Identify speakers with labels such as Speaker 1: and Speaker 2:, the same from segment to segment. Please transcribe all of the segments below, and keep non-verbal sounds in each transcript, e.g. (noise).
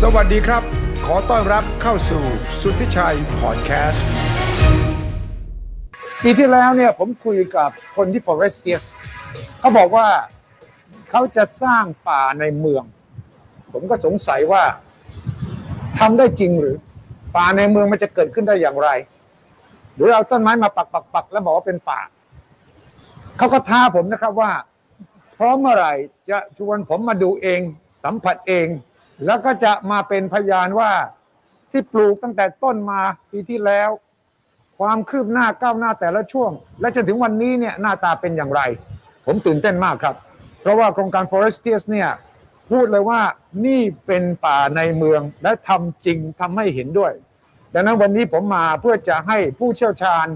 Speaker 1: สวัสดีครับ ขอต้อนรับเข้าสู่สุทธิชัยพอดแคสต์
Speaker 2: ปีที่แล้วเนี่ยผมคุยกับคนที่ Forestius เขาบอกว่าเขาจะสร้างป่าในเมือง ผมก็สงสัยว่าทำได้จริงหรือ ป่าในเมืองมันจะเกิดขึ้นได้อย่างไร หรือเอาต้นไม้มาปักปักปักๆๆแล้วบอกว่าเป็นป่า เขาก็ท้าผมนะครับว่า พร้อมเมื่อไหร่จะชวนผมมาดูเอง สัมผัสเอง แล้วก็จะมาเป็นพยานว่าที่ปลูกตั้งแต่ต้นมาปีที่แล้ว ความคืบหน้าก้าวหน้าแต่ละช่วง และจนถึงวันนี้เนี่ยหน้าตาเป็นอย่างไร ผมตื่นเต้นมากครับ เพราะว่าโครงการ Forestius เนี่ยพูดเลยว่านี่เป็นป่าในเมืองและทำจริงทำให้เห็นด้วย ดังนั้นวันนี้ผมมาเพื่อจะให้ผู้เชี่ยวชาญ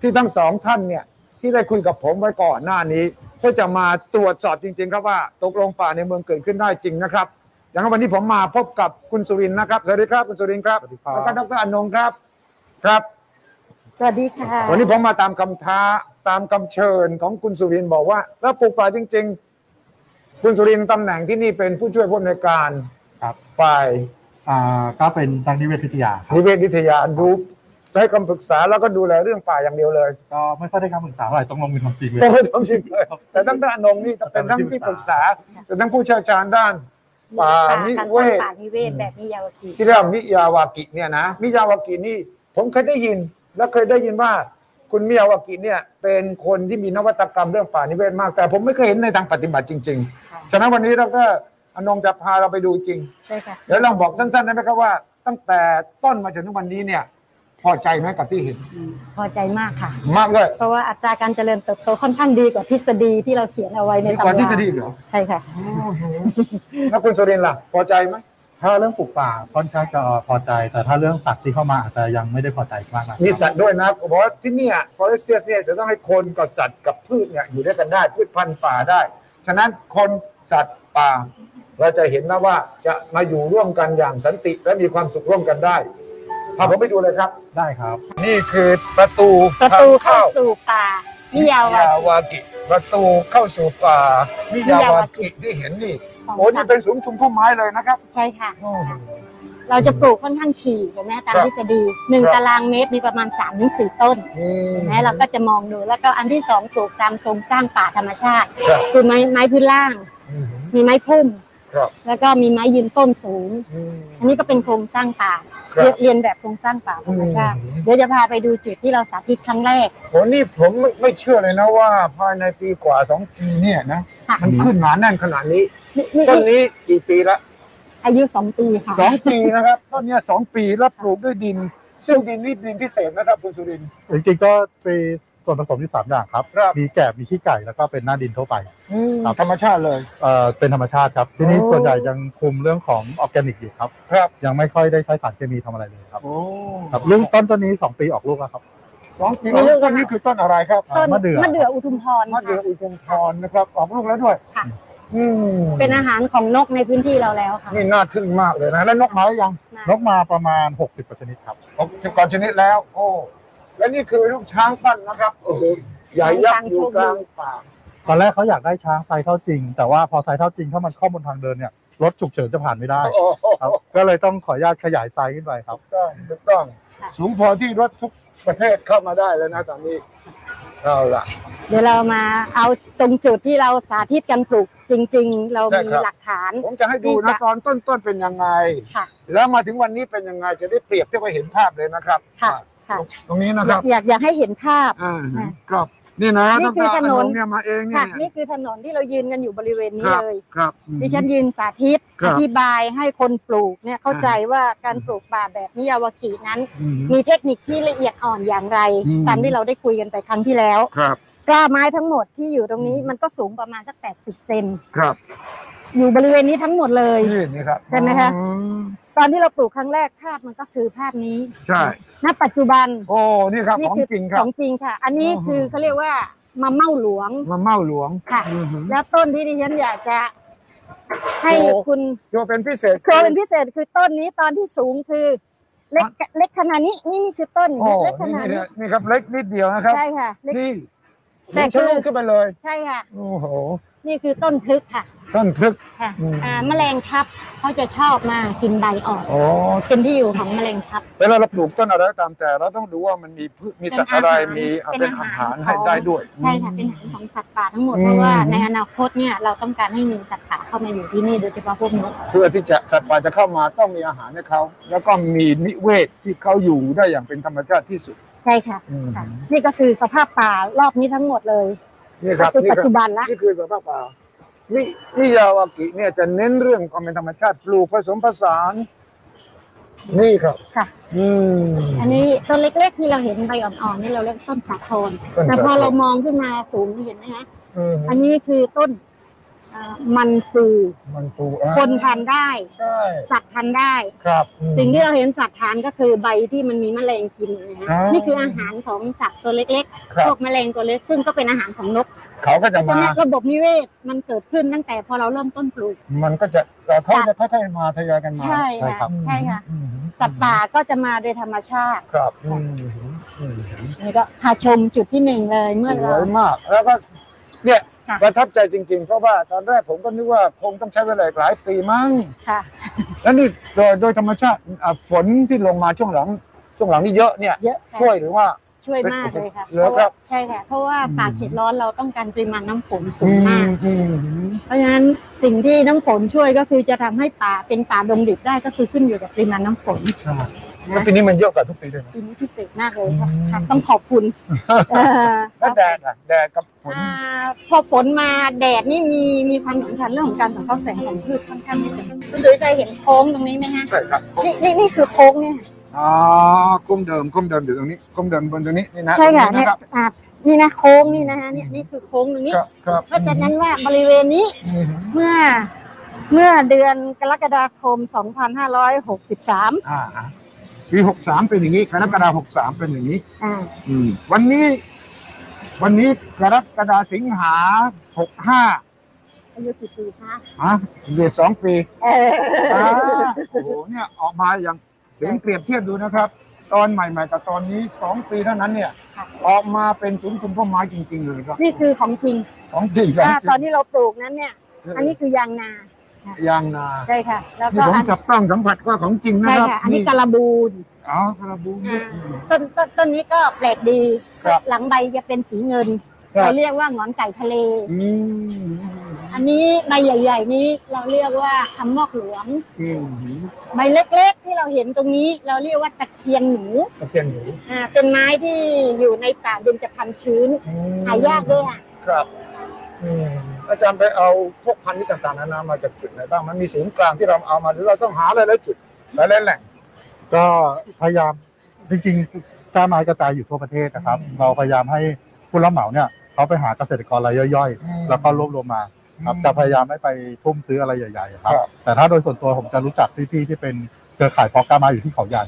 Speaker 2: ที่ทั้งสองท่านเนี่ยที่ได้คุยกับผมไว้ก่อนหน้านี้ เพื่อจะมาตรวจสอบจริง ๆ ครับว่าตกลงป่าในเมืองเกิดขึ้นได้จริงนะครับดังนั้นวันนี้ผมมาพบกับคุณสุรินทร์นะครับสวัสดีครับคุณสุรินทร์ครับ
Speaker 3: สวัสดีครับ
Speaker 2: แล้วก็ดรอนงค์ครับครับ
Speaker 4: สวัสดีค่ะ
Speaker 2: วันนี้ผมมาตามคำท้าตามคำเชิญของคุณสุรินทร์บอกว่าถ้าปลูกป่าจริง ๆ คุณสุรินทร์ตำแหน่งที่นี่เป็นผู้ช่วยผู้อำนวยการ
Speaker 3: ครับ
Speaker 2: ฝ่าย
Speaker 3: อ่าก็เป็นทางนิเวศวิทยาครับ
Speaker 2: นิเวศวิทยาดูให้คำปรึกษาแล้วก็ดูแลเรื่องป่าอย่างเดียวเลย
Speaker 3: ก็ไม่ค่อยได้คำปรึกษาอะไรต้องลงมือทำจริงเลย
Speaker 2: ต้องไปทำจริงเลยแต่ตั้งแต่อนงนี่เป็นทั้งที่ปรึกษาเป็นทั้งผู้เชี่ยวชาญด้าน ป่านิ
Speaker 4: ทาง
Speaker 2: เว
Speaker 4: สร้าง
Speaker 2: ศ
Speaker 4: ป่านิเวศแบบนิยาวกี
Speaker 2: ที่เรียกว่ามิยาวากิเนี่ยนะมิยาวากินี่ผมเคยได้ยิน และเคยได้ยินว่าคุณมิยาวากิเนี่ยเป็นคนที่มีนวัตกรรมเรื่องป่านิเวศมาก แต่ผมไม่เคยเห็นในทางปฏิบัติจริง ๆ
Speaker 4: ค่ะ
Speaker 2: ฉะนั้นวันนี้เราก็อนงจะพาเราไปดูจริง
Speaker 4: ใช่ค่ะ
Speaker 2: เดี๋ยวลองบอกสั้นๆได้ไหมครับว่า ตั้งแต่ต้นมาจนถึงวันนี้เนี่ย พอใจไหมกับที่เห็น
Speaker 4: อืมพอใจมากค่ะ
Speaker 2: มากเลย
Speaker 4: เพราะว่าอัตราการเจริญเติบโตค่อนข้างดีกว่าทฤษฎีที่เราเขียนเอาไว้ใน
Speaker 2: ดี
Speaker 4: ตำ
Speaker 2: กว่าทฤษ
Speaker 4: รา
Speaker 2: ฎีอีกเหรอ
Speaker 4: ใช่ค่ะ
Speaker 2: (laughs) แล้วคุณสุรินทร์ล่ะ พอใจไหม
Speaker 3: ถ้าเรื่องปลูกป่าค่อนข้างจะพอใจ แต่ถ้าเรื่องสัตว์ที่เข้ามาอาจจะยังไม่ได้พอใจมากนะ
Speaker 2: มีสัตว์ด้วยนะผมบอกว่าที่เนี่ย forestiers เนี่ยจะต้องให้คนกับสัตว์กับพืชเนี่ยอยู่ด้วยกันได้พืชพันธุ์ป่าได้ ฉะนั้นคนสัตว์ป่า เราจะเห็นนะว่าจะมาอยู่ร่วมกันอย่างสันติและมีความสุขร่วมกันได้พาผมไปดูเลยครับ
Speaker 3: ได้ครับ
Speaker 2: นี่คือประตู
Speaker 4: ประตูเข้า
Speaker 2: ทง
Speaker 4: สู่ป่านิยาวากิ
Speaker 2: กิประตูเข้าสู่ป่ามิยาวากิ
Speaker 4: มิยาวากิ
Speaker 2: ที่เห็นนี่
Speaker 4: สอง
Speaker 2: โอ้นี่เป็นสูงทุนพุ่มไม้เลยนะครับ
Speaker 4: ใช่ค่ะ
Speaker 2: โอ้โห
Speaker 4: เราจะปลูกค่อนข้างถี่เห็นไหมตาม
Speaker 2: ครับ
Speaker 4: ทฤษฎีหนึ่ง
Speaker 2: ครับ
Speaker 4: ตารางเมตรมีประมาณ3ามถึงสต้น
Speaker 2: อืม
Speaker 4: เห็นไหมเราก็จะมองดูแล้วก็อันที่สองปลูกตามโครงสร้างป่าธรรมชาติ
Speaker 2: ครับ
Speaker 4: คือไม้ไม้พื้นล่าง
Speaker 2: อืม
Speaker 4: มีไม้พุ่ม
Speaker 2: ครับ
Speaker 4: แล้วก็มีไม้ยืนต้นสูง
Speaker 2: อืม
Speaker 4: อันนี้ก็เป็นโครงสร้างป่า
Speaker 2: ครับ
Speaker 4: เรียนเรียนแบบโครงสร้างป่าธรรมชาติ
Speaker 2: อืม
Speaker 4: เดี๋ยวจะพาไปดูจุดที่เราสาธิตครั้งแรก
Speaker 2: โอ้นี่ผมไม่ไม่เชื่อเลยนะว่าภายในปีกว่าสองปีเนี่ยนะ
Speaker 4: ค่ะ
Speaker 2: มันขึ้นหนาแน่นขนาดนี้
Speaker 4: นี่นี่
Speaker 2: ต้นนี้กี่ปีละ
Speaker 4: อายุสองปีค่ะ
Speaker 2: สองปีนะครับ ต้นเนี้ยสองปีแล้วปลูกด้วยดิน ซึ่งดินนี่ดินพิเศษนะครับคุณสุรินทร์
Speaker 3: จริงๆก็เป็นส่วนผสมที่สามอย่างครับ
Speaker 2: ครับ
Speaker 3: มีแกะมีขี้ไก่แล้วก็เป็นหน้าดินทั่วไป
Speaker 2: อืมธรรมชาติเลย
Speaker 3: เอ่อเป็นธรรมชาติครับ ที่นี่
Speaker 2: โอ้
Speaker 3: ส่วนใหญ่ยังคุมเรื่องของออร์แกนิกอยู่ครับ
Speaker 2: ครับ
Speaker 3: ยังไม่ค่อยได้ใช้สารเคมีทำอะไรเลยครับ
Speaker 2: โอ้
Speaker 3: ครับเรื่องต้นต้นนี้สองปีออกลูกแล้วครับ
Speaker 2: สองปีแล้วต้นนี้คือต้นอะไรครับ
Speaker 3: อ่ามะเดื่อ
Speaker 4: มะเดื่ออุทุมพร
Speaker 2: มะเดือ
Speaker 4: ค่ะ
Speaker 2: อุทุมพรนะครับออกลูกแล้วด้วย
Speaker 4: ค่ะ
Speaker 2: อืม
Speaker 4: เป็นอาหารของนกในพื้นที่เราแล้วค่ะ
Speaker 2: นี่น่าทึ่งมากเลยนะ แล้วนกมาหรือยัง
Speaker 3: นกมาประมาณ 60กว่าชนิดครับ
Speaker 2: ออกสิบกว่าชนิดแล้ว โอ้และนี่คือลูกช้างปั้นนะครับโอ้โหใหญ่ยักษ์อยู่กลางป่า
Speaker 3: ตอนแรกเขาอยากได้ช้างไซส์เท่าจริง แต่ว่าพอไซส์เท่าจริงถ้ามันเข้าบนทางเดินเนี่ยรถฉุกเฉินจะผ่านไม่ได้
Speaker 2: โอ้โห
Speaker 3: ครับก็เลยต้องขออนุญาตขยายไซส์ขึ้นไปครับ
Speaker 2: ถูกต้องถูกต้อง สูงพอที่รถทุกประเภทเข้ามาได้แล้วนะตอนนี้เอาล่ะ
Speaker 4: เดี๋ยวเรามาเอาตรงจุดที่เราสาธิตกันปลูกจริง ๆ เรา
Speaker 2: ใช่
Speaker 4: มี
Speaker 2: ครับ
Speaker 4: หลักฐาน
Speaker 2: ผมจะให้ดูนะตอนต้นๆเป็นยังไง
Speaker 4: ค่ะ
Speaker 2: แล้วมาถึงวันนี้เป็นยังไงจะได้เปรียบเทียบให้เห็นภาพเลยนะครับ
Speaker 4: ค่ะค่ะ
Speaker 2: ตรงนี้นะครับ
Speaker 4: อยากอยากให้เห็นภาพ
Speaker 2: อ่าครับนี่นะ
Speaker 4: นี่คือถนน
Speaker 2: งเนี่ยมาเองเนี่
Speaker 4: ค่ะ
Speaker 2: ย
Speaker 4: นี่คือถนนที่เรายืนกันอยู่บริเวณนี้
Speaker 2: ครับ
Speaker 4: เลย
Speaker 2: ครับ
Speaker 4: ดิฉันยืนสาธิต
Speaker 2: ครั
Speaker 4: อบ ธิบายให้คนปลูกเนี่ยเข้าใจว่าการปลูกป่าแบบมิยาวากินั้น มีเทคนิคที่ละเอียดอ่อนอย่างไร
Speaker 2: อืม
Speaker 4: ตามที่เราได้คุยกันไปครั้งที่แล้ว
Speaker 2: ครับ
Speaker 4: กล้าไม้ทั้งหมดที่อยู่ตรงนี้มันก็สูงประมาณสัก 80 เซน
Speaker 2: ครับ
Speaker 4: อยู่บริเวณนี้ทั้งหมดเลย
Speaker 2: นี่นี่ครับ
Speaker 4: เห็นไหมคะ
Speaker 2: อืม
Speaker 4: ตอนที่เราปลูกครั้งแรกภาพมันก็คือภาพนี้
Speaker 2: ใช่
Speaker 4: ณปัจจุบัน
Speaker 2: โอ้นี่ครับ
Speaker 4: นี่
Speaker 2: ของ
Speaker 4: คือ
Speaker 2: จริงครั
Speaker 4: ข
Speaker 2: บ
Speaker 4: องจริงค่ะ อันนี้
Speaker 2: อ๋อ
Speaker 4: คือเขาเรียกว่ามาเม่าหลวง
Speaker 2: มาเม่าหลวง
Speaker 4: ค่ะ
Speaker 2: อือหือ
Speaker 4: แล้วต้นที่ดิฉันอยากจะ ให้
Speaker 2: โอ้
Speaker 4: คุณ
Speaker 2: โยเป็นพิเศษ
Speaker 4: โคเป็นพิเศษคือต้นนี้ตอนที่สูงคือเล็กเล็กขนาดนี้นี่นี่คือต้น
Speaker 2: โอ้
Speaker 4: เล็กข
Speaker 2: นี่
Speaker 4: นาด
Speaker 2: นี่
Speaker 4: นี้
Speaker 2: นี่ครับเล็กนิดเดียวนะครับ
Speaker 4: ใช่ค่ะเล็ก
Speaker 2: นี่
Speaker 4: แต่
Speaker 2: นี่
Speaker 4: คือ
Speaker 2: ชะลูกขึ้นไปเลย
Speaker 4: ใช่ค่ะ
Speaker 2: โอ้โห
Speaker 4: นี่คือต้นพลึกค่ะ
Speaker 2: ต้นพลึก
Speaker 4: ค่ะ
Speaker 2: อืม
Speaker 4: อ่าแมลงทับเขาจะชอบมากินใบอ่อน
Speaker 2: อ๋อ
Speaker 4: เป็นที่อยู่ของแมลงทับ
Speaker 2: เวลาเราปลูกต้นอะไรก็ตามแต่เราต้องดูว่ามันมีพืชมีสัตว์อะไรมีอ่ะ
Speaker 4: เป็
Speaker 2: เป็น
Speaker 4: น
Speaker 2: อา
Speaker 4: อา
Speaker 2: หา
Speaker 4: หาร ร
Speaker 2: ให้ได้ด้วย
Speaker 4: ใช่ค่ะเป็นอาหารของสัตว์ป่าทั้งหมด
Speaker 2: อืม
Speaker 4: เพราะว่าในอนาคตเนี่ยเราต้องการให้มีสัตว์ป่าเข้ามาอยู่ที่นี่โดยเฉพาะพวกนก
Speaker 2: เพื่อที่จะสัตว์ป่าจะเข้ามาต้องมีอาหารให้เขาแล้วก็มีนิเวศที่เขาอยู่ได้อย่างเป็นธรรมชาติที่สุด
Speaker 4: ใช่ค่ะ
Speaker 2: อืม
Speaker 4: ค่ะ นี่ก็คือสภาพป่ารอบนี้ทั้งหมดเลย
Speaker 2: นี่ครับ
Speaker 4: คือ
Speaker 2: นี่
Speaker 4: ปัจ
Speaker 2: คือ
Speaker 4: จุบันละ
Speaker 2: นี่คือสภาพป่ามิมิยาวากิเนี่ยจะเน้นเรื่องความเป็นธรรมชาติปลูกผสมผสาน นี่ครับ
Speaker 4: ค่ะ
Speaker 2: อืม
Speaker 4: อันนี้ต้นเล็กๆที่เราเห็นใบอ่อนๆนี่เราเรียกต้นสาโทน
Speaker 2: ต้นสาโทน
Speaker 4: แต่พอเรามองขึ้นมาสูงเห็นไหมคะ
Speaker 2: อืม
Speaker 4: อันนี้คือต้นเอ่อมันปู
Speaker 2: มันปลูกอ่ะ
Speaker 4: คนทานได้
Speaker 2: ใช่
Speaker 4: สัตว์ทานได้
Speaker 2: ครับอืม
Speaker 4: สิ่งที่เราเห็นสัตว์ทานก็คือใบที่มันมีแมลงกินนะฮะ
Speaker 2: อ๋อ
Speaker 4: นี่คืออาหารของสัตว์ตัวเล็ก
Speaker 2: ครับ
Speaker 4: ๆพวกแมลงตัวเล็กซึ่งก็เป็นอาหารของนก
Speaker 2: เขาก็จะ
Speaker 4: ตอ
Speaker 2: มา
Speaker 4: นนี้ระบบนิเวศมันเกิดขึ้นตั้งแต่พอเราเริ่มต้นปลูก
Speaker 2: มันก็จะเอ่อเขา
Speaker 4: สัตว์
Speaker 2: จะค่อยๆมาทยอยกันมา
Speaker 4: ใช่
Speaker 3: ครั
Speaker 4: ค่ะ
Speaker 3: บ
Speaker 4: ใช่ค่ะ
Speaker 2: อืม
Speaker 4: สัตว์ป่าก็จะมาโดยธรรมชาติ
Speaker 2: ครับอืมอืม
Speaker 4: นี่ก็พาชมจุดที่หนึ่งเลยเมื่อ
Speaker 2: ส
Speaker 4: เรา
Speaker 2: วยมาก แล้วก็เนี่ย
Speaker 4: ค่ะ
Speaker 2: ประทับใจจริง ๆ เพราะว่าตอนแรกผมก็นึกว่าคงต้องใช้เวลาอีกหลายปีมั้ง
Speaker 4: ค่ะ
Speaker 2: แล้วนี่โดยโดยธรรมชาติอ่ะฝนที่ลงมาช่วงหลัง ช่วงหลังนี่เยอะเนี่ย
Speaker 4: เยอะค่ะ
Speaker 2: ช่วยหรือว่า
Speaker 4: ช่วยมากเลยค่ะ
Speaker 2: แล้ว
Speaker 4: เพ
Speaker 2: ครั
Speaker 4: ราะ
Speaker 2: บ
Speaker 4: ว่าใช่ค่ะ เพราะว่าป่าเขตร้อนเราต้องการปริมาณน้ำฝนสูงมาก
Speaker 2: อืม
Speaker 4: เพราะฉะนั้นสิ่งที่น้ำฝนช่วยก็คือจะทำให้ป่าเป็นป่าดงดิบได้ก็คือขึ้นอยู่กับปริมาณน้ำฝน
Speaker 2: ใช่แล้วปีนี้มันเยอะกว่าทุกปีด้วยนะ
Speaker 4: ปีนี้พิเศษมากเลยค่ะ
Speaker 2: อืม
Speaker 4: ค่ะต้องขอบคุณ
Speaker 2: (laughs)
Speaker 4: เอ่อ
Speaker 2: แล้วแดดอ่ะแดดกับฝน
Speaker 4: อ่าพอฝนมาแดดนี่มีมีความสำคัญเรื่องของการสังเคราะห์แสงของพืชค่อนข้างที่จะคุณดุยใจเห็นโค้งตรงนี้ไหมฮะ
Speaker 2: ใช่ครับ
Speaker 4: นี่นี่นี่คือโค้งเนี่ย
Speaker 2: อ๋อก้มเดิมก้มเดิมอยู่ตรงนี้ก้มเดิมบนตรงนี้นี่นะ
Speaker 4: ใช่ค่ะ
Speaker 2: ตรง
Speaker 4: เนี่
Speaker 2: นี้
Speaker 4: ย
Speaker 2: นะครับ
Speaker 4: อ่านี่นะโค้งนี่นะฮะเนี่ยนี่คือโค้งตรงนี้
Speaker 2: ครับครับ
Speaker 4: เพราะฉะนั้นว่าบริเวณนี้
Speaker 2: อืม
Speaker 4: เมื่อเมื่อเดือนกรกฎาคม 2563
Speaker 2: อ่าฮะปีหกสามเป็นอย่างนี้กรกฎาหกสามเป็นอย่างนี้
Speaker 4: อ่า
Speaker 2: อืมวันนี้ วันนี้กรกฎาสิงหาหกห้า
Speaker 4: อายุกี่ปีคะ
Speaker 2: ฮะเดือนสองปี
Speaker 4: เออ
Speaker 2: อ่าโอ้โหเนี่ยออกมาอย่างเดี๋ยวเปรียบเทียบดูนะครับ ตอนใหม่ๆกับตอนนี้สองปีเท่านั้นเนี่ย ออกมาเป็นศูนย์คุณพ่อไม้จริง ๆ เลยครับ
Speaker 4: นี่คือของจริง
Speaker 2: ของจริงครั
Speaker 4: ว่า
Speaker 2: บ
Speaker 4: ตอนที่เราปลูกนั้นเนี่ย อันนี้คือยางนา
Speaker 2: ยางนา
Speaker 4: ใช่ค่ะ แล้ว
Speaker 2: ที่
Speaker 4: ก็
Speaker 2: ผม
Speaker 4: อัน
Speaker 2: จับต้องสัมผัสว่าของจริงนะ
Speaker 4: ใช่
Speaker 2: ครับ
Speaker 4: ค่ะ อันนี้การะบูน
Speaker 2: อ๋อกระบุงด้วย
Speaker 4: ต้นต้นต้นนี้ก็แปลกดี
Speaker 2: ครับ
Speaker 4: หลังใบจะเป็นสีเงิน
Speaker 2: ครับ
Speaker 4: เราเรียกว่าหงอนไก่ทะเล
Speaker 2: อืม
Speaker 4: อันนี้ใบใหญ่ ๆ นี้เราเรียกว่าคำมอกหลวง
Speaker 2: อืม
Speaker 4: ใบเล็กๆ ที่เราเห็นตรงนี้เราเรียกว่าตะเคียนหนู
Speaker 2: ตะเคียนหนู
Speaker 4: อ่าเป็นไม้ที่อยู่ในป่าเย็นจะพันชื้นหายากด้วยอ่ะ
Speaker 2: ครับอืมอาจารย์ไปเอาพวกพันธุ์ที่ต่างๆนานามาจากจุดไหนบ้าง มันมีศูนย์กลางที่เราเอามาหรือเราต้องหาหลายๆจุดหลายๆแหล่ง
Speaker 3: ก็พยายามจริงๆกล้าไม้กระจายอยู่ทั่วประเทศนะครับ เราพยายามให้ผู้รับเหมาเนี่ยเขาไปหาเกษตรกรรายย่อย
Speaker 2: อืม
Speaker 3: ๆ แล้วก็รวบรวมมาครับ
Speaker 2: อืม
Speaker 3: จะพยายามไม่ไปทุ่มซื้ออะไรใหญ่ๆครับ
Speaker 2: ครับ
Speaker 3: แต่ถ้าโดยส่วนตัวผมจะรู้จักพี่ๆที่เป็นเครือข่ายเพอกล้าไม้อยู่ที่เขาใหญ่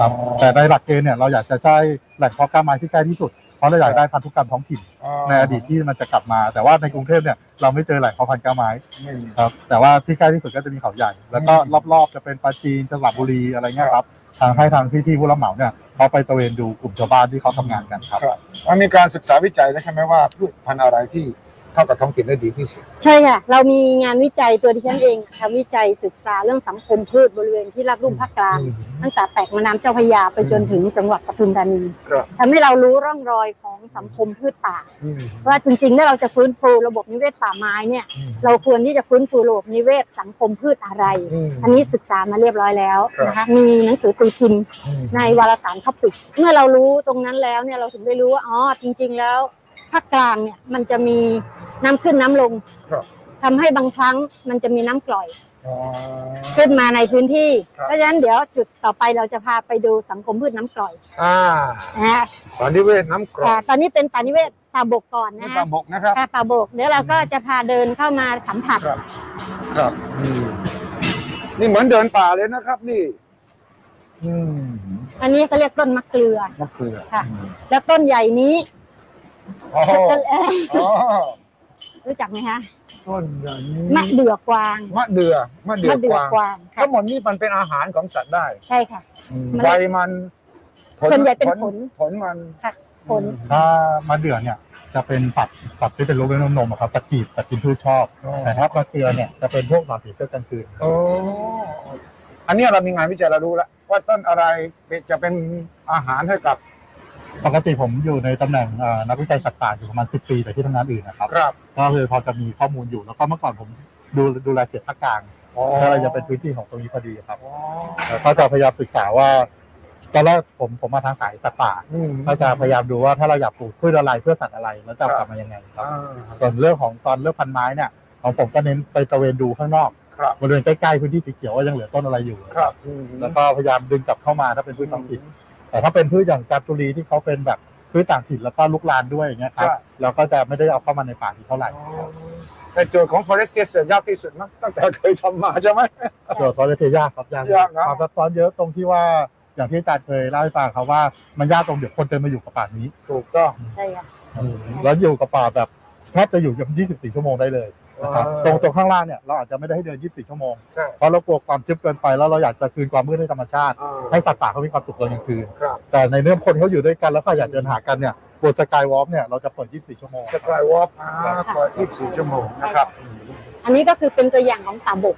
Speaker 3: ครับ แต่ในหลักเกณฑ์เนี่ยเราอยากจะได้แหล่งเพอกล้าไม้ที่ใกล้ที่สุดเพราะเราอยากได้พันธุกรรมท้องถิ่นในอดีตที่มันจะกลับมา แต่ว่าในกรุงเทพเนี่ยเราไม่เจอแหล่งเพาะพันธุ์กล้าไม้
Speaker 2: ไม่มี
Speaker 3: ครับแต่ว่าที่ใกล้ที่สุดก็จะมีเขาใหญ่ แล้วก็
Speaker 2: อืม
Speaker 3: รอบๆจะเป็นปราจีนจังหวัดบุรีอะไรเงี้ยครับทางให้ทางพี่ๆผู้รับเหมาเนี่ยเขาไปตระเวนดูกลุ่มชาวบ้านที่เขาทำงานกันครับ
Speaker 2: ครับมันมีการศึกษาวิจัยแล้วใช่ไหมว่าพืชพันธุ์อะไรที่เข้ากับท้องถิ่นได้ดีที่สุด
Speaker 4: ใช่ค่ะ เรามีงานวิจัยตัวที่ฉันเองทำวิจัยศึกษาเรื่องสังคมพืชบริเวณที่รับรุ่มภาคกลาง ตั้งแต่แตกแม่น้ำเจ้าพระยาไปจนถึงจังหวัดปทุมธานี
Speaker 2: ครับ
Speaker 4: ทำให้เรารู้ร่องรอยของสังคมพืชป่า
Speaker 2: อืม
Speaker 4: ว่าจริงๆถ้าเราจะฟื้นฟูระบบนิเวศป่าไม้เนี่ย
Speaker 2: อืม
Speaker 4: เราควรที่จะฟื้นฟูระบบนิเวศสังคมพืชอะไร
Speaker 2: อืม
Speaker 4: อันนี้ศึกษามาเรียบร้อยแล้ว
Speaker 2: ครับ
Speaker 4: นะคะมีหนังสือตีพิมพ์
Speaker 2: อืม
Speaker 4: ในวารสารท็อปิกเมื่อเรารู้ตรงนั้นแล้วเนี่ยเราถึงได้รู้ว่าอ๋อจริง ๆ แล้วภาคกลางเนี่ยมันจะมีน้ำขึ้นน้ำลง
Speaker 2: ครับ
Speaker 4: ทำให้บางครั้งมันจะมีน้ำกร่อย
Speaker 2: อ๋อ
Speaker 4: ขึ้นมาในพื้นที่
Speaker 2: ครับ
Speaker 4: เพราะฉะนั้นเดี๋ยวจุดต่อไปเราจะพาไปดูสังคมพืชน้ำกร่อย
Speaker 2: อ่า
Speaker 4: นะฮะ
Speaker 2: ตอนนี้เวทน้ำกรอ
Speaker 4: แต่
Speaker 2: บ
Speaker 4: ตอนนี้เป็นป่านิเวศป่าบกก่อน
Speaker 2: นี่
Speaker 4: นะ
Speaker 2: ปลา
Speaker 4: ฮะ
Speaker 2: บกนะครับ
Speaker 4: ค่ะป่าบกเดี๋ยวเราก็จะพาเดินเข้ามาสัมผัส
Speaker 2: ครับ ครับอืมนี่เหมือนเดินป่าเลยนะครับ นี่ อืม
Speaker 4: อันนี้ก็เรียกต้นมะเกลือ
Speaker 2: มะเขือ
Speaker 4: ค่ะ แล้วต้นใหญ่นี้
Speaker 2: อ๋อ
Speaker 4: ต้นเอ่อ
Speaker 2: อ๋อ
Speaker 4: รู้จักไหมคะ
Speaker 2: ต้นอย่างนี้
Speaker 4: มะเดือกวาง
Speaker 2: มะเดือมะเดือ
Speaker 4: มะเดื
Speaker 2: ก
Speaker 4: อ
Speaker 2: วาง
Speaker 4: กวางค่ะ
Speaker 2: ทั้งหมดนี่มันเป็นอาหารของสัตว์ได้
Speaker 4: ใช่ค่ะ มัน
Speaker 2: ใบมัน
Speaker 4: ส่วนใหญ่เป็นผล
Speaker 2: ผลมัน
Speaker 4: ค่ะ ผล
Speaker 3: ถ้ามาเดือเนี่ย จะเป็นสัตว์สัตว์ที่เป็นลูกเลี้ยงนมๆอะครับสัตว์กีบสัตว์กินพืชชอบ
Speaker 2: อ๋อ
Speaker 3: แต่ถ้าปลาเกลือเนี่ยจะเป็นพวกสัตว์ผีเสื้อกลางคืน
Speaker 2: โอ้อันเนี้ยเรามีงานวิจัยเรารู้แล้วว่าต้นอะไรเป็นจะเป็นอาหารให้กับ
Speaker 3: ปกติผมอยู่ในตำแหน่งเอ่อนักวิจัยสัตว์ป่าอยู่ประมาณ 10 ปีแต่ที่ทำงานอื่นนะครับ
Speaker 2: ครับ
Speaker 3: ก็คือพอจะมีข้อมูลอยู่แล้วก็เมื่อก่อนผมดูดูแลเขตภาคกลางก็เลยจะเป็นพื้นที่ของตรงนี้พอดีครับ
Speaker 2: อ๋อ
Speaker 3: แล้วก็จะพยายามศึกษาว่าตอนแรกผมผมมาทางสายสัตว์ป่า
Speaker 2: อืม
Speaker 3: ก็จะพยายามดูว่าถ้าเราอยากปลูกพืชอะไรเพื่อสัตว์อะไรแล้วจะกลับมายังไงครั
Speaker 2: อ่า
Speaker 3: บส่วนเรื่องของตอนเลือกพันธุ์ไม้เนี่ยของผมก็เน้นไปตระเวนดูข้างนอก
Speaker 2: ครับ
Speaker 3: บริเวณใกล้ๆพื้นที่สีเขียวว่ายังเหลือต้นอะไรอยู่
Speaker 2: ครับ
Speaker 3: แล้วก็พยายามดึงกลับเข้ามาถ้าเป็นพืชท้องถิ่น แต่ถ้าเป็นพืชอย่างกาตุรีที่เขาเป็นแบบพืชต่างถิ่นแล้วก็ลุกลานด้วยอย่างเงี้ยครับเราก็จะไม่ได้เอาเข้ามาในป่าที่เท่าไหร่
Speaker 2: เป็นโจทย์ของ forest s ยากที่สุดมั้งตั้งแต่เคยทำมาใช่ไหม
Speaker 3: โจทย์ซอสเลเทยากครับยาก
Speaker 2: ยากนะ
Speaker 3: ความซับซ้อนเยอะตรงที่ว่าอย่างที่อาจารย์เคยเล่าให้ฟังครับว่ามันยากตรงเดี๋ยวคนจะมาอยู่กับป่านี้
Speaker 2: ถูกต้อง
Speaker 4: ใช่ค่ะ
Speaker 3: แล้วอยู่กับป่าแบบแทบจะอยู่กับ24 ชั่วโมงได้เลยนะครับตรงตรงข้างล่างเนี่ยเราอาจจะไม่ได้ให้เดิน 24 ชั่วโมง
Speaker 2: ใช่
Speaker 3: เพราะเรากลัวความชื้นเกินไปแล้วเราอยากจะคืนความมืดให้ธรรมชาติ
Speaker 2: อ่า
Speaker 3: ให้สัตว์ป่าเขามีความสุขตอนกลางคืน
Speaker 2: ครับ
Speaker 3: แต่ในเรื่องคนเขาอยู่ด้วยกันแล้วก็อยากเดินหากันเนี่ยบนสกายวอล์กเนี่ยเราจะเปิด 24 ชั่วโมง
Speaker 2: จะกลายวอล์กอ่าก่อน24 ชั่วโมงนะครับ
Speaker 4: อันนี้ก็คือเป็นตัวอย่างของตาบก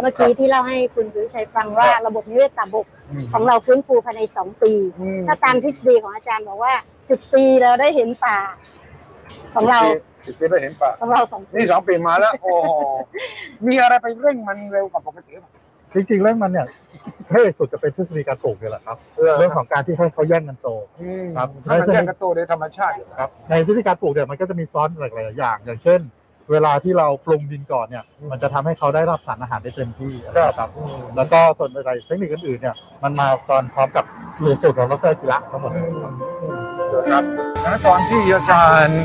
Speaker 4: เมื่อกี้ที่เล่าให้คุณสุริชัยฟังว่าระบบนิเวศตาบกของเราฟื้นฟูภายในสองปี
Speaker 2: อืม
Speaker 4: ถ้าตามทฤษฎีของอาจารย์บอกว่าสิบปีเราได้เห็นป่า ของเรา
Speaker 2: สิบปีได้เห็นป่ะ
Speaker 4: ของเราสองปี
Speaker 2: นี่สองปีมา
Speaker 4: (laughs)
Speaker 2: แล้ว โอ้โหมีอะไรไปเร่งมันเร็วกว่าปกติป่ะ
Speaker 3: จริงๆเรื่องมันเนี่ยเท่สุดจะเป็นทฤษฎีการปลูกเนี่ยแหละครับ เรื่องของการที่ให้เขาแย่งกันโต
Speaker 2: อืม
Speaker 3: ครับ
Speaker 2: ถ้ามันแยกกระตูโดยธรรมชาติอยู่แล้ว
Speaker 3: ครับในทฤษฎีการปลูกเนี่ยมันก็จะมีซ้อนหลายๆอย่าง อย่างเช่น เวลาที่เราปรุงดินก่อนเนี่ยมันจะทำให้เขาได้รับสารอาหารได้เต็มที่อะไรนะครับแล้วก็ส่วนอะไรเทคนิคอื่นๆเนี่ยมันมาตอนพร้อมกับหลักสูตรของดรจิระทั้งหมดเลยครับ
Speaker 2: ครับแล้วตอนที่อาจารย์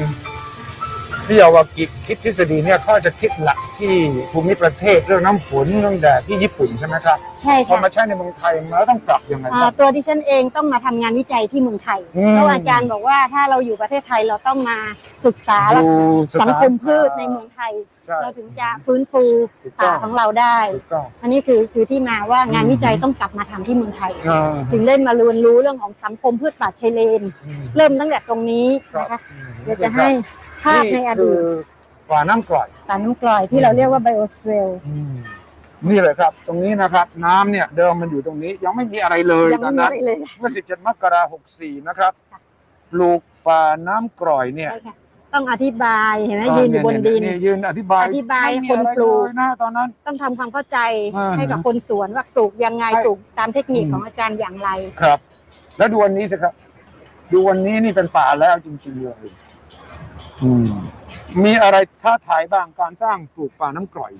Speaker 2: วิยาวากิคิดทฤษฎีเนี่ยเขาจะคิดหลักที่ภูมิประเทศเรื่องน้ำฝนเรื่องแดดที่ญี่ปุ่นใช่ไหมครับ
Speaker 4: ใช่
Speaker 2: พอ
Speaker 4: ค่ะ
Speaker 2: มาใช้ในเมืองไทยมันแล้วต้องปรับยังไง
Speaker 4: อ่า
Speaker 2: บ้าง
Speaker 4: ตัวดิฉันเองต้องมาทำงานวิจัยที่เมืองไทย
Speaker 2: อืม
Speaker 4: เพราะว่าอาจารย์บอกว่าถ้าเราอยู่ประเทศไทยเราต้องมาศึกษา
Speaker 2: ดูถา
Speaker 4: สั
Speaker 2: น
Speaker 4: งคมพืชในเมืองไทย
Speaker 2: ใช่
Speaker 4: เราถึงจะฟื้นฟู
Speaker 2: ถูกต้อ
Speaker 4: ป่า
Speaker 2: ง
Speaker 4: ของเราได้
Speaker 2: ถูกต้อง
Speaker 4: อันนี้คือคือที่มาว่างานวิจัยต้องกลับมาทำที่เมืองไทย
Speaker 2: อ่า
Speaker 4: ถึงได้มาเรียนรู้เรื่องของสังคมพืชป่าชายเลน
Speaker 2: อืม
Speaker 4: เริ่มตั้งแต่ตรงนี้นะคะเดี๋ยวจะให้ภาพในอดี
Speaker 2: นี่คื
Speaker 4: ต
Speaker 2: กว่าน้ำกร่อย
Speaker 4: ป่าน้ำกร่อยที่เราเรียกว่าไบโอสเวล
Speaker 2: นี่เลยครับ ตรงนี้นะครับ น้ำเนี่ยเดิมมันอยู่ตรงนี้ ยังไม่มีอะไรเลย
Speaker 4: ยัง
Speaker 2: ตอ
Speaker 4: ไม่
Speaker 2: น
Speaker 4: มี
Speaker 2: นั้น
Speaker 4: อะไรเลย
Speaker 2: เมื่อ 17 มกราคม64 นะครับ
Speaker 4: ค่ะ
Speaker 2: ปลูกป่าน้ำกร่อยเนี่ย
Speaker 4: ใช่ค่ะต้องอธิบายเห็นไหมยืนอยู่บนดิน
Speaker 2: เยยืนอธิบาย
Speaker 4: อธิบาย
Speaker 2: ไม่มีอะไร
Speaker 4: คนปลูก
Speaker 2: เยนะตอนนั้น
Speaker 4: ต้องทำความเข้าใจ
Speaker 2: อ่าฮะ
Speaker 4: ให้กับคนสวนว่าปลูกยังไง
Speaker 2: ใช่
Speaker 4: ปลูกตามเทคนิค
Speaker 2: อืม
Speaker 4: ของอาจารย์อย่างไร
Speaker 2: ครับ แล้วดูวันนี้สิครับ ดูวันนี้นี่เป็นป่าแล้วจริงๆเลยอืมมีอะไรท้าทายบ้างการสร้างปลูกป่าน้ำกร่อย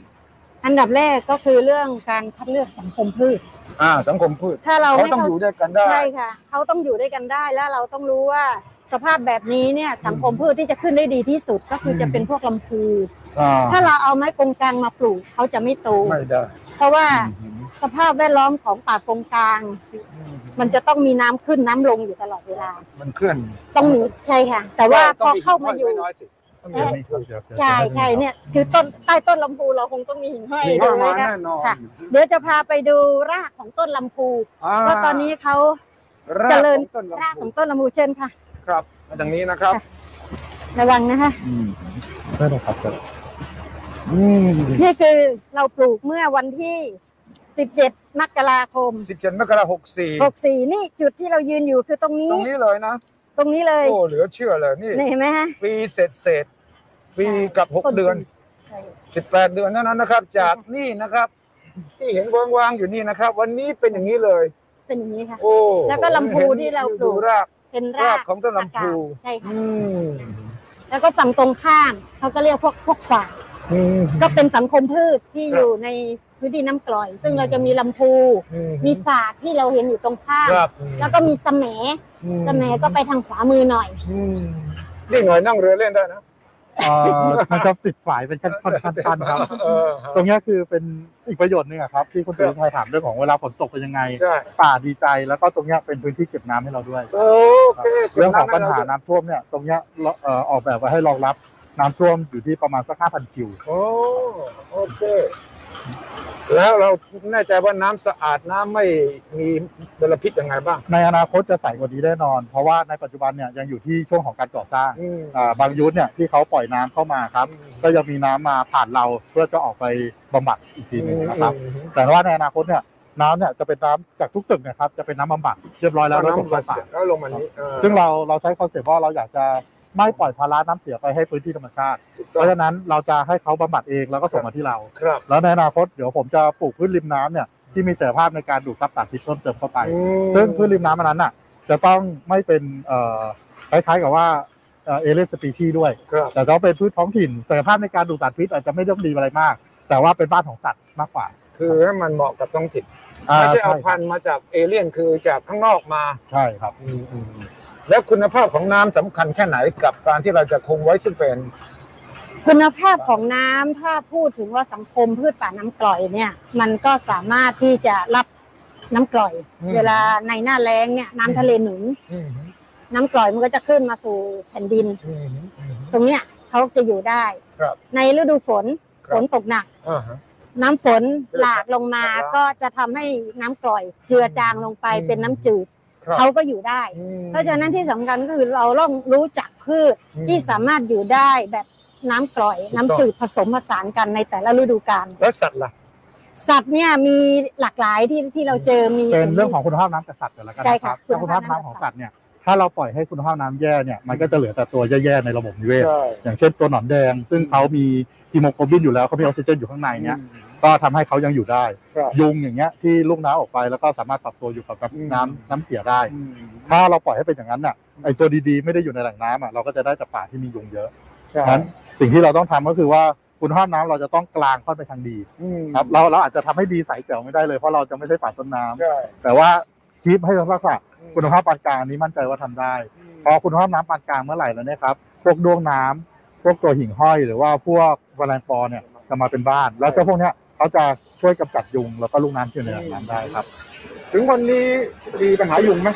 Speaker 4: อันดับแรกก็คือเรื่องการคัดเลือกสังคมพืช
Speaker 2: อ่า สังคมพืช
Speaker 4: ถ้าเรา
Speaker 2: เขา
Speaker 4: ไม่
Speaker 2: ต้อง
Speaker 4: เข้า
Speaker 2: อยู่ด้วยกันได้
Speaker 4: ใช่ค่ะเขาต้องอยู่ด้วยกันได้แล้วเราต้องรู้ว่าสภาพแบบนี้เนี่ยสังคมพืชที่จะขึ้นได้ดีที่สุดก็คืออ
Speaker 2: ม
Speaker 4: จะเป็นพวกลำพู
Speaker 2: อ่า
Speaker 4: ถ้าเราเอาไม้กงกลางมาปลูกเขาจะไม่โต
Speaker 2: ไม่ได้
Speaker 4: เพราะว่าสภาพแวดล้อมของป่ากงกลาง มันจะต้องมีน้ำขึ้นน้ำลงอยู่ตลอดเวลา
Speaker 2: มันเคลื่อน
Speaker 4: ต้องมีใช่ค่ะ แต่ว่าพอเข้ามาอยู่
Speaker 2: น้อยสิต้องมีหิ่งห้อย
Speaker 4: ใช่ใช่เนี่ยคือต้นใต้ต้นลำพูเราคงต้องมีหิ่งห้อย
Speaker 2: หิ่งห้
Speaker 4: ดู
Speaker 2: อยมา
Speaker 4: นะ
Speaker 2: แน่นอน
Speaker 4: ค่ะ เดี๋ยวจะพาไปดูรากของต้นลำพูว่าตอนนี้เขา
Speaker 2: รา
Speaker 4: เจ
Speaker 2: ก
Speaker 4: ริ
Speaker 2: ข
Speaker 4: ญ
Speaker 2: องต้น
Speaker 4: ราก
Speaker 2: ลำ
Speaker 4: ข
Speaker 2: พู
Speaker 4: องต้นลำพูเช่นค่ะ
Speaker 2: ครับมาทางนี้นะครับ
Speaker 4: ค่ะ ระวังนะคะ
Speaker 3: ได้เลยครับ
Speaker 2: อืม
Speaker 4: นี่คือเราปลูกเมื่อวันที่ 17 มกราคม
Speaker 2: สิบเจ็ดมกราหกสี่
Speaker 4: 64 นี่จุดที่เรายืนอยู่คือตรง
Speaker 2: ต
Speaker 4: นี้
Speaker 2: รงนี้เลยนะ
Speaker 4: ตรงนี้เลย
Speaker 2: โอ้เหลือเชื่อเลยนี่
Speaker 4: นี่เห็นไหมฮะ
Speaker 2: ปีเศษเศษๆปีกับหก
Speaker 4: คน
Speaker 2: เดือน
Speaker 4: ใช่
Speaker 2: สิบแปดเดือนเท่านั้นนะครับ จากนี่นะครับ ที่เห็นวางๆอยู่นี่นะครับ วันนี้เป็นอย่างนี้เลย
Speaker 4: เป็นอย่างนี้ค่ะ
Speaker 2: โอ้
Speaker 4: แล้วก็ลำพูที่เราปลูก
Speaker 2: ดูราก
Speaker 4: เป็น
Speaker 2: ราร
Speaker 4: าก ก
Speaker 2: ของต้นลำพู
Speaker 4: อากาศใช่ค่ะ
Speaker 2: อืม
Speaker 4: แล้วก็ฝั่งตรงข้ามเขาก็เรียกพวกพวกฝาง
Speaker 2: อืม
Speaker 4: ก็เป็นสังคมพืชที่
Speaker 2: ครับ
Speaker 4: อยู่ในพื้นที่น้ำกร่อย ซึ่งเราจะมีลำพู
Speaker 2: อื
Speaker 4: มีฝากที่เราเห็นอยู่ตรงข้าม
Speaker 2: ครับ
Speaker 4: แล้วก็มีสะแหมสะแหมก็ไปทางขวามือหน่อย
Speaker 2: อืมนี่หน่อยนั่งเรือเล่นได้นะ
Speaker 3: เอ่อมันจะติดสายเป็นขั้นๆๆๆครับ
Speaker 2: เออ
Speaker 3: ตรงเนี้ยคือเป็นอีกประโยชน์หนึงอะครับ ที่คุณสุริชัยถามเรื่องของเวลาฝนตกเป็นยังไง
Speaker 2: ใช่
Speaker 3: ป่าดีใจแล้วก็ตรงเนี้ยเป็นพื้นที่เก็บน้ำให้เราด้วย
Speaker 2: โอเค
Speaker 3: เรื่องของปัญหาน้ำท่วมเนี่ยตรงเนี้ยเราเอ่อออกแบบไว้ให้รองรับน้ำท่วมอยู่ที่ประมาณสัก 5,000 คิว
Speaker 2: โอ้โอเค แล้วเราแน่ใจว่าน้ำสะอาดน้ำไม่มีมลพิษยังไงบ้าง
Speaker 3: ในอนาคตจะใสกว่านี้แน่นอน เพราะว่าในปัจจุบันเนี่ยยังอยู่ที่ช่วงของการก่อสร้าง
Speaker 2: อืม
Speaker 3: อ่าบางยุทธเนี่ยที่เขาปล่อยน้ำเข้ามาครับ
Speaker 2: อืม
Speaker 3: ก็ยังมีน้ำมาผ่านเราเพื่อจะออกไปบำบัดอีกทีหนึงนะครับ
Speaker 2: อืม
Speaker 3: แต่ว่าในอนาคตเนี่ยน้ำเนี่ยจะเป็นน้ำจากทุกตึกเนะครับจะเป็นน้ำบำบัดเรียบร้อยแล้ว
Speaker 2: เอา
Speaker 3: แล้ว
Speaker 2: น้ำบัด
Speaker 3: สา
Speaker 2: เสร็จแล้วลงมานี้เออ
Speaker 3: ซึ่งเราเราใช้คอนเซปต์ว่าเราอยากจะไม่ปล่อยภาระน้ำเสียไปให้พื้นที่ธรรมชาติ
Speaker 2: ถูก
Speaker 3: เพ
Speaker 2: ต้อง
Speaker 3: ราะฉะนั้นเราจะให้เขาบำบัดเองแล้วก็ส่งมาที่เรา
Speaker 2: ครับ
Speaker 3: แล้วในอนาคตเดี๋ยวผมจะปลูกพืชริมน้ำเนี่ยที่มีศักยภาพในการดูดซับสารพิษเพิ่มเติมเข้าไป
Speaker 2: อืม
Speaker 3: ซึ่งพืชริมน้ำอันนั้นน่ะจะต้องไม่เป็นเอ่อคล้ายๆกับว่าเอเลสปีชีด้วย
Speaker 2: ครับ
Speaker 3: แต่ต้องเป็นพืชท้องถิ่นศักยภาพในการดูดสารพิษอาจจะไม่ต้องดีอะไรมาก แต่ว่าเป็นบ้านของสัตว์มากกว่า
Speaker 2: คือให้มันเหมาะกับท้องถิ่น
Speaker 3: อ่า
Speaker 2: ไม่ใช่เอา
Speaker 3: ใช่
Speaker 2: พันธุ์มาจากเอเลี่ยนคือจากข้างนอกมา
Speaker 3: ใช่ครับ
Speaker 2: แล้วคุณภาพของน้ำสำคัญแค่ไหนกับการที่เราจะคงไว้ซึ่งเป็น
Speaker 4: คุณภาพของน้ำถ้าพูดถึงว่าสังคมพืชป่าน้ำกร่อยเนี่ย มันก็สามารถที่จะรับน้ำกร่อย
Speaker 2: อืม
Speaker 4: เวลาในหน้าแล้งเนี่ยน้ำทะเลหนุน น้ำกร่อยมันก็จะขึ้นมาสู่แผ่นดิน ตรงเนี้ยเขาจะอยู่ได้
Speaker 2: ครับ
Speaker 4: ในฤดูฝน
Speaker 2: ค
Speaker 4: ฝ
Speaker 2: รับ
Speaker 4: นตกหนัก
Speaker 2: อ่าฮะ
Speaker 4: น้ำฝนหลากลงมา
Speaker 2: ครับ
Speaker 4: ก็จะทำให้น้ำกร่อย เจือจางลงไป
Speaker 2: อืม
Speaker 4: เป็นน้ำจืด
Speaker 2: ครับ
Speaker 4: เขาก็อยู่ได้
Speaker 2: อืม
Speaker 4: เพราะฉะนั้นที่สำคัญก็คือเราต้องรู้จักพืช
Speaker 2: อืม
Speaker 4: ที่สามารถอยู่ได้แบบน้ำกร่อย
Speaker 2: ถูกต้อ
Speaker 4: น้ำ
Speaker 2: ง
Speaker 4: จืดผสมผสานกันในแต่ละฤดูกาล
Speaker 2: แล้วสัตว์ล่ะ
Speaker 4: สัตว์เนี่ยมีหลากหลายที่ที่เราเจอมี
Speaker 3: เป็นเรื่องของคุณภาพน้ำกับสัตว์กันแล้วกัน
Speaker 4: ใช่
Speaker 3: นะค
Speaker 4: ค่ะ
Speaker 3: รับถ้าคุณภาพน้ำของสัตว์เนี่ยถ้าเราปล่อยให้คุณภาพน้ำแย่เนี่ยมันก็จะเหลือแต่ตัวแย่ๆในระบบนิเวศ
Speaker 2: ใช่
Speaker 3: อย่างเช่นตัวหนอนแดง ซึ่งเขามีฮีโมโกลบินอยู่แล้วเขามีออกซิเจนอยู่ข้างในเนี่ย ก็ทำให้เขายังอยู่ได้
Speaker 2: ครับ
Speaker 3: ยุงอย่างเงี้ยที่ลูกน้ำออกไปแล้วก็สามารถปรับตัวอยู่กับ
Speaker 2: อืม
Speaker 3: น้ำน้ำเสียได้ ถ้าเราปล่อยให้เป็นอย่างนั้นน่ะไอตัวดีๆไม่ได้อยู่ในแหล่งน้ำอ่ะเราก็จะได้แต่ป่าที่มียุงเยอะ
Speaker 2: ใช่
Speaker 3: นั้นสิ่งที่เราต้องทำก็คือว่าคุณภาพน้ำเราจะต้องกลางค่อนไปทางดี
Speaker 2: อืม
Speaker 3: ครับเราเราอาจจะทำให้ดีใสแจ๋วไม่ได้เลยเพราะเราจะไม่ใช่ป่าต้นน้ำ
Speaker 2: ใช่
Speaker 3: แต่ว่าคีบให้สภาพป่าคุณภาพปานกลางอันนี้มั่นใจว่าทำได้ พอคุณภาพน้ำปานกลางเมื่อไหร่แล้วเนี่ยครับพวกดวงน้ำพวกตัวหิ่งห้อยหรือว่าพวกแมลงปอเนี่ยจะมาเป็นบ้าน แล้วเจ้าพวกเนี้ยเขาจะช่วยกำจัดยุงแล้วก็ลูกน้ำที่อยู่ในแหล่งน้ำได้ครับ
Speaker 2: ถึงวันนี้มีปัญหายุงไหม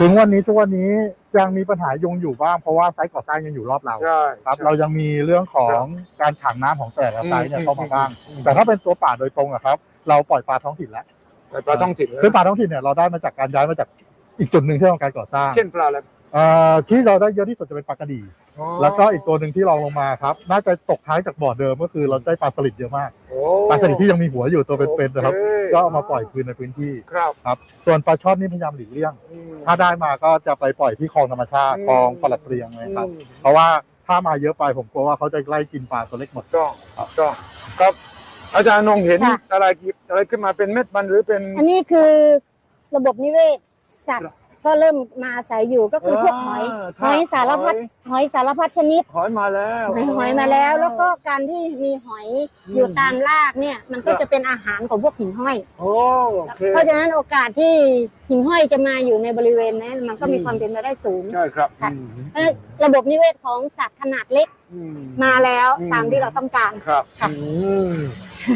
Speaker 3: ถึงวันนี้ทุกวันนี้ยังมีปัญหายุงอยู่บ้างเพราะว่าไซต์ก่อสร้างยังอยู่รอบเรา
Speaker 2: ใช่
Speaker 3: ครับเรายังมีเรื่องของการขังน้ำของแต่ละไซต์เนี่ยเข้ามาบ้าง แต่ถ้าเป็นตัวป่าโดยตรงอะครับเราปล่อยปลาท้องถิ่นแล้ว
Speaker 2: แต่ปลาท้องถิ่น
Speaker 3: ซึ่งปลาท้องถิ่นเนี่ยเราได้มาจากการย้ายมาจากอีกจุดหนึ่งที่ทำการก่อสร้าง
Speaker 2: เช่นปลาอะไร
Speaker 3: เอ่อที่เราได้เยอะที่สุดจะเป็นปลากระดี
Speaker 2: อ๋อ
Speaker 3: แล้วก็อีกตัวหนึ่งที่รองลงมาครับ น่าจะตกท้ายจากบ่อเดิมก็คือเราได้ปลาสลิดเยอะมาก
Speaker 2: โอ้
Speaker 3: ปลาสลิดที่ยังมีหัวอยู่ตัวเป็นๆนะครับ
Speaker 2: โอเ
Speaker 3: ก็เอามาปล่อยคืนในพื้นที่
Speaker 2: ครับ
Speaker 3: ครับ ส่วนปลาช่อนนี่พยายามหลีกเลี่ยง
Speaker 2: อืม
Speaker 3: ถ้าได้มาก็จะไปปล่อยที่คลองธรรมชาติ
Speaker 2: อืม
Speaker 3: คลองปลัดเปลียงเลยครับ
Speaker 2: อืม
Speaker 3: เพราะว่าถ้ามาเยอะไปผมกลัวว่าเขาจะไล่กินปลาตัวเล็กหมด
Speaker 2: ถูกต้องถูกต้องครับ อาจารย์นงเห็น
Speaker 4: ค่ะ
Speaker 2: อะไรกี่อะไรขึ้นมาเป็นเม็ดมันหรือเป็น
Speaker 4: อันนี้คือระบบนิเวศสัตว์ก็เริ่มมาอาศัยอยู่ก็คือพวกหอย
Speaker 2: อ่า
Speaker 4: หอ
Speaker 2: ค
Speaker 4: ย
Speaker 2: รับ
Speaker 4: สารพัด
Speaker 2: หอย
Speaker 4: หอยสารพัดชนิด
Speaker 2: หอยมาแล้ว
Speaker 4: หอยหอยมาแล้วแล้วก็การที่มีหอยอยู่ตามรากเนี่ย มันก็จะเป็นอาหารของพวกหิ่งห้อย
Speaker 2: โอ้โอเค
Speaker 4: เพราะฉะนั้นโอกาสที่หิ่งห้อยจะมาอยู่ในบริเวณนั้นมันก็มีความเป็นไปได้สูง
Speaker 2: ใช่ครับ
Speaker 4: ค่ะ
Speaker 2: อืม
Speaker 4: เพราะฉะนั้นระบบนิเวศของสัตว์ขนาดเล็ก
Speaker 2: อืม
Speaker 4: มาแล้ว
Speaker 2: อืม
Speaker 4: ตามที่เราต้องการ
Speaker 2: ครับ
Speaker 4: ค่ะ
Speaker 2: อืม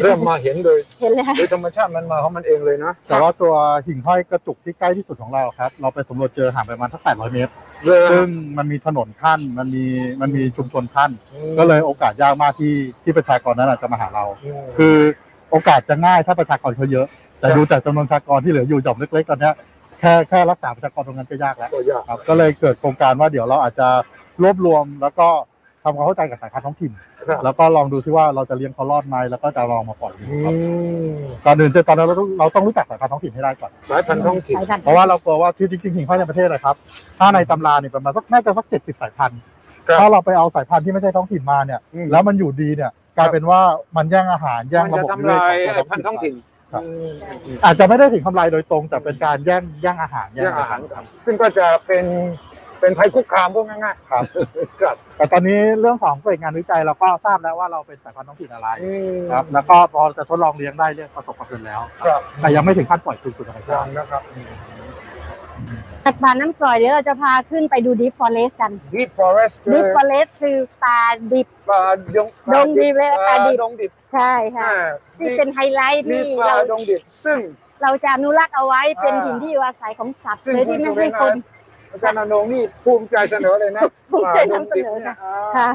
Speaker 2: เริ่มมาเห็นโดย
Speaker 4: เห็นแล้ว
Speaker 2: โดยธรรมชาติมันมาของมันเองเลยนะ
Speaker 3: แต่ว่าตัวหิ่งห้อยกระจุกที่ใกล้ที่สุดของเราครับ เราไปสำรวจเจอห่างไปประมาณสัก800 เมตร
Speaker 2: เริ่ม
Speaker 3: ซึ่งมันมีถนนขั้นมันมีมันมีชุมชนขั้น
Speaker 2: อืม
Speaker 3: ก็เลยโอกาสยากมากที่ที่ประชากรนั้นอาจจะมาหาเรา
Speaker 2: อืม
Speaker 3: คือโอกาสจะง่ายถ้าประชากรเขาเยอะ แต่
Speaker 2: ครับ
Speaker 3: ดูจากจำนวนประชากรที่เหลืออยู่หย่อมเล็กๆตอนเนี้ยแค่แค่รักษาประชากรตรงนั้นก็ยากแล้ว
Speaker 2: ตัวยาก
Speaker 3: ครับก็เลยเกิดโครงการว่าเดี๋ยวเราอาจจะรวบรวมแล้วก็ทำความเข้าใจกับสายพันธุ์ท้องถิ่น
Speaker 2: ครับ
Speaker 3: แล้วก็ลองดูซิว่าเราจะเลี้ยงเขารอดไหมแล้วก็จะลองมาปล่อยดู
Speaker 2: อื
Speaker 3: ครับ
Speaker 2: ม
Speaker 3: ก่อนอื่นจะตอนนั้นเราต้องเราต้องรู้จักสายพันธุ์ท้องถิ่นให้ได้ก่อน
Speaker 2: สายพันธุ์ท้องถิ่น
Speaker 4: สายพันธุ์
Speaker 3: เพราะว่าเรากลัวว่าที่จริงๆหิ่งห้อยในประเทศนะครับ ถ้าในตำราเนี่ยประมาณสักน่าจะสักเจ็ดสิบสายพันธุ์
Speaker 2: ครับ
Speaker 3: ถ้าเราไปเอาสายพันธุ์ที่ไม่ใช่ท้องถิ่นมาเนี่ย
Speaker 2: อืม
Speaker 3: แล้วมันอยู่ดีเนี่ยกลายเป็นว่ามันแย่งอาหารแย่ง
Speaker 2: มัน
Speaker 3: ระ
Speaker 2: จะ
Speaker 3: บบนิ
Speaker 2: ทำ
Speaker 3: เวศ
Speaker 2: ลาย
Speaker 3: ของตัว
Speaker 2: ไอ้พันธุ์ท้อง
Speaker 3: ไป
Speaker 2: ถิ่น
Speaker 3: ครับ
Speaker 2: อืม
Speaker 3: อาจจะไม่ได้ถึงทำลายโดยตรง แต่เป็นการแย่งแย่งอาหาร
Speaker 2: เรื่องอาหารครับซึ่งก็จะเป็นเป็นภัยคุกคามพวกง่ายๆ
Speaker 3: ครับ
Speaker 2: ครับ
Speaker 3: แต่ตอนนี้เรื่องของผลิตงานวิจัยเราก็ทราบแล้วว่าเราเป็นสายพันธุ์ท้องถิ่นอะไร
Speaker 2: อืม
Speaker 3: ครับแล้วก็พอจะทดลองเลี้ยงได้เรื่องประสบความสำเร็จแล้ว
Speaker 2: ครับ
Speaker 3: แต่ยังไม่ถึงขั้นปล่อยคืนสู่ธรรม
Speaker 2: ยั
Speaker 3: ชาติ
Speaker 2: งนะครับ
Speaker 4: สัตว์ป่าน้ำกร่อยเดี๋ยวเราจะพาขึ้นไปดูดิฟฟอเรสกัน
Speaker 2: ดีฟอเรสต์
Speaker 4: ดิฟฟอเรสคือป่าดิบ
Speaker 2: ป่าดง
Speaker 4: ดงดิบเลยป่าดิบ
Speaker 2: ดงดิบ
Speaker 4: ใช่ค่ะ
Speaker 2: อ่า
Speaker 4: ที่เป็นไฮไลท์
Speaker 2: มี
Speaker 4: ที่
Speaker 2: ป่า
Speaker 4: เรา
Speaker 2: ดงดิบ ซึ่ง
Speaker 4: เราจะอนุรักษ์เอาไว้เป็น
Speaker 2: อ่า
Speaker 4: ถิ่นที่อยู่อาศัยของสัตว์
Speaker 2: ซึ่ง
Speaker 4: เลย
Speaker 2: คุณ
Speaker 4: ที่ไม่
Speaker 2: สุริ
Speaker 4: ให้
Speaker 2: นท
Speaker 4: คน
Speaker 2: ร์อาจารย์อนงนี่ภูมิใจเสนอเลยนะ
Speaker 4: ภูมิใจนำเสนอ
Speaker 2: ป่าดงดิบย
Speaker 4: ค่ะ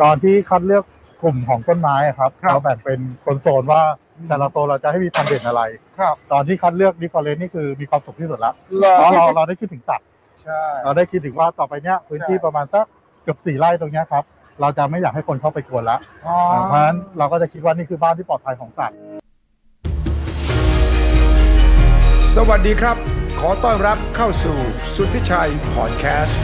Speaker 3: ตอนที่คัดเลือก กลุ่มของต้นไม้อะครับ
Speaker 2: ครับ
Speaker 3: เราแบ่งเป็นโซนๆว่าแต่ละโซนเราจะให้มีความเด่นอะไร
Speaker 2: ครับ
Speaker 3: ตอนที่คัดเลือกดิฟเฟอเรนนี่คือมีความสุขที่สุดละ
Speaker 2: เหรอ
Speaker 3: เพราะเราเราได้คิดถึงสัตว์
Speaker 2: ใช่
Speaker 3: เราได้คิดถึงว่าต่อไปเนี้ยพื้นที่
Speaker 2: ใช่
Speaker 3: ประมาณสักเกือบสี่ไร่ตรงเนี้ยครับ เราจะไม่อยากให้คนเข้าไปกวนละ
Speaker 2: อ๋อ
Speaker 3: เพราะฉะนั้นเราก็จะคิดว่านี่คือบ้านที่ปลอดภัยของสัตว์
Speaker 1: สวัสดีครับ ขอต้อนรับเข้าสู่สุทธิชัยพอดแคสต์